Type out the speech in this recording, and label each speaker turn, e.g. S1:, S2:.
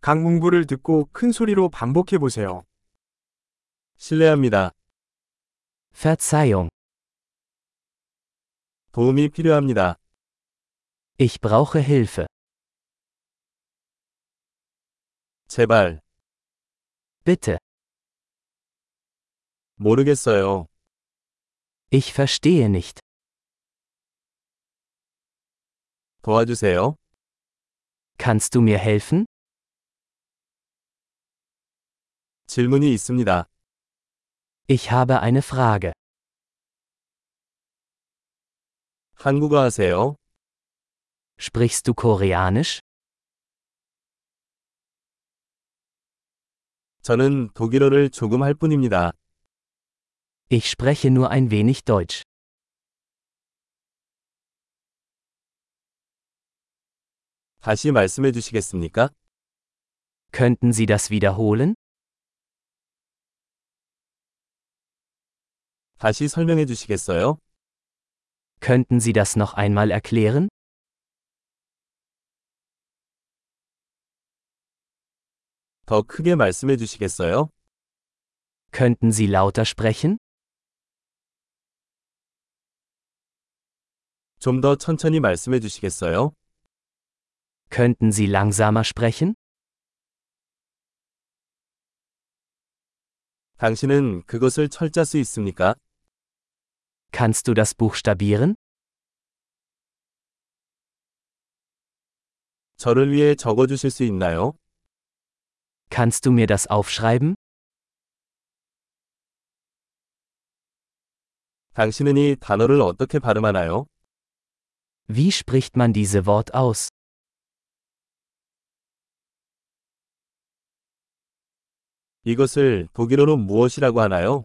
S1: 각 문구를 듣고 큰 소리로 반복해 보세요.
S2: 실례합니다.
S3: Verzeihung,
S2: 도움이 필요합니다.
S3: ich brauche Hilfe.
S2: 제발.
S3: Bitte,
S2: 모르겠어요.
S3: ich verstehe nicht.
S2: 도와주세요.
S3: Kannst du mir helfen?
S2: 질문이 있습니다.
S3: Ich habe eine Frage.
S2: 한국어 하세요?
S3: Sprichst du Koreanisch?
S2: 저는 독일어를 조금 할 뿐입니다.
S3: Ich spreche nur ein wenig Deutsch.
S2: 다시 말씀해 주시겠습니까?
S3: Könnten Sie das wiederholen?
S2: 다시 설명해 주시겠어요?
S3: Könnten Sie das noch einmal erklären?
S2: 더 크게 말씀해 주시겠어요?
S3: Könnten Sie lauter sprechen?
S2: 좀 더 천천히 말씀해 주시겠어요?
S3: Könnten Sie langsamer sprechen?
S2: 당신은 그것을 철자 수 있습니까?
S3: Kannst du das buchstabieren?
S2: 저를 위해 적어 주실 수 있나요?
S3: Kannst du mir das aufschreiben?
S2: 당신은 이 단어를 어떻게 발음하나요?
S3: Wie spricht man diese Wort aus?
S2: 이것을 독일어로 무엇이라고 하나요?